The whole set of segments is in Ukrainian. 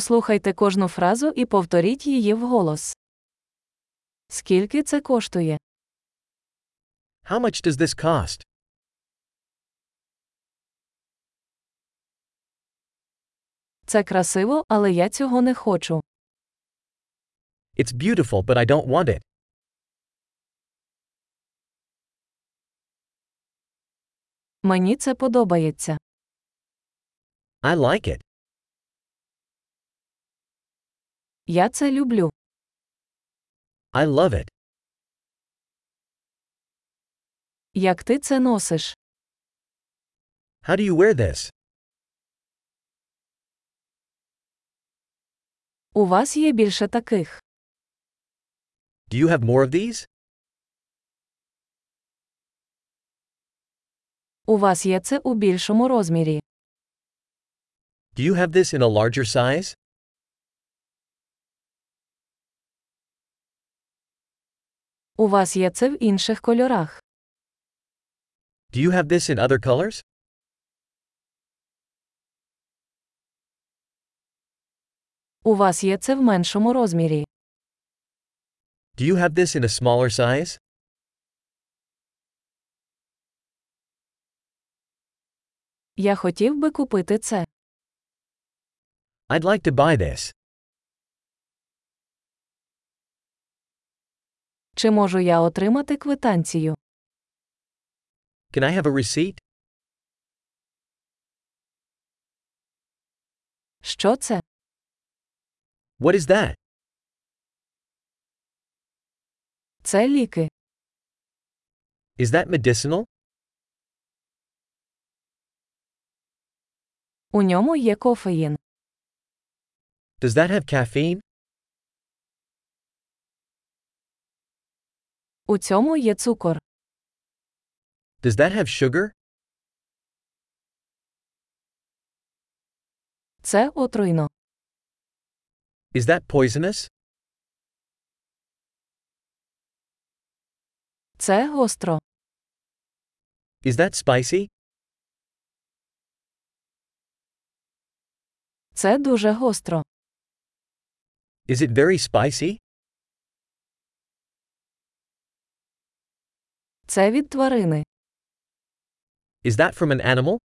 Послухайте кожну фразу і повторіть її вголос. Скільки це коштує? How much does this cost? Це красиво, але я цього не хочу. It's beautiful, but I don't want it. Мені це подобається. I like it. Я це люблю. I love it. Як ти це носиш? How do you wear this? У вас є більше таких. Do you have more of these? У вас є це у більшому розмірі. Do you have this in a larger size? У вас є це в інших кольорах. Do you have this in other colors? У вас є це в меншому розмірі. Do you have this in a smaller size? Я хотів би купити це. I'd like to buy this. Чи можу я отримати квитанцію? Can I have a receipt? Що це? What is that? Це ліки. Is that medicinal? У ньому є кофеїн. Does that have caffeine? У цьому є цукор. Does that have sugar? Це отруйно. Is that poisonous? Це гостро. Is that spicy? Це дуже гостро. Is it very spicy? Це від тварини. Is that from an animal?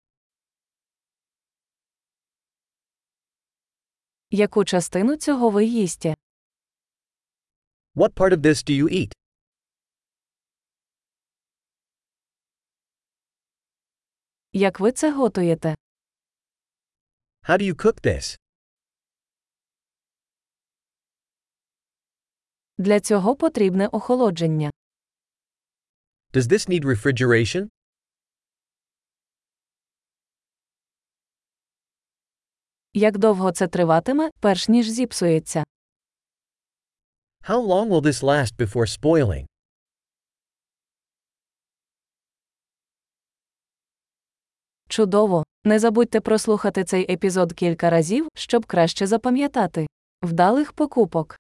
Яку частину цього ви їсте? What part of this do you eat? Як ви це готуєте? How do you cook this? Для цього потрібне охолодження. Does this need refrigeration? Як довго це триватиме, перш ніж зіпсується? How long will this last before spoiling? Чудово! Не забудьте прослухати цей епізод кілька разів, щоб краще запам'ятати. Вдалих покупок!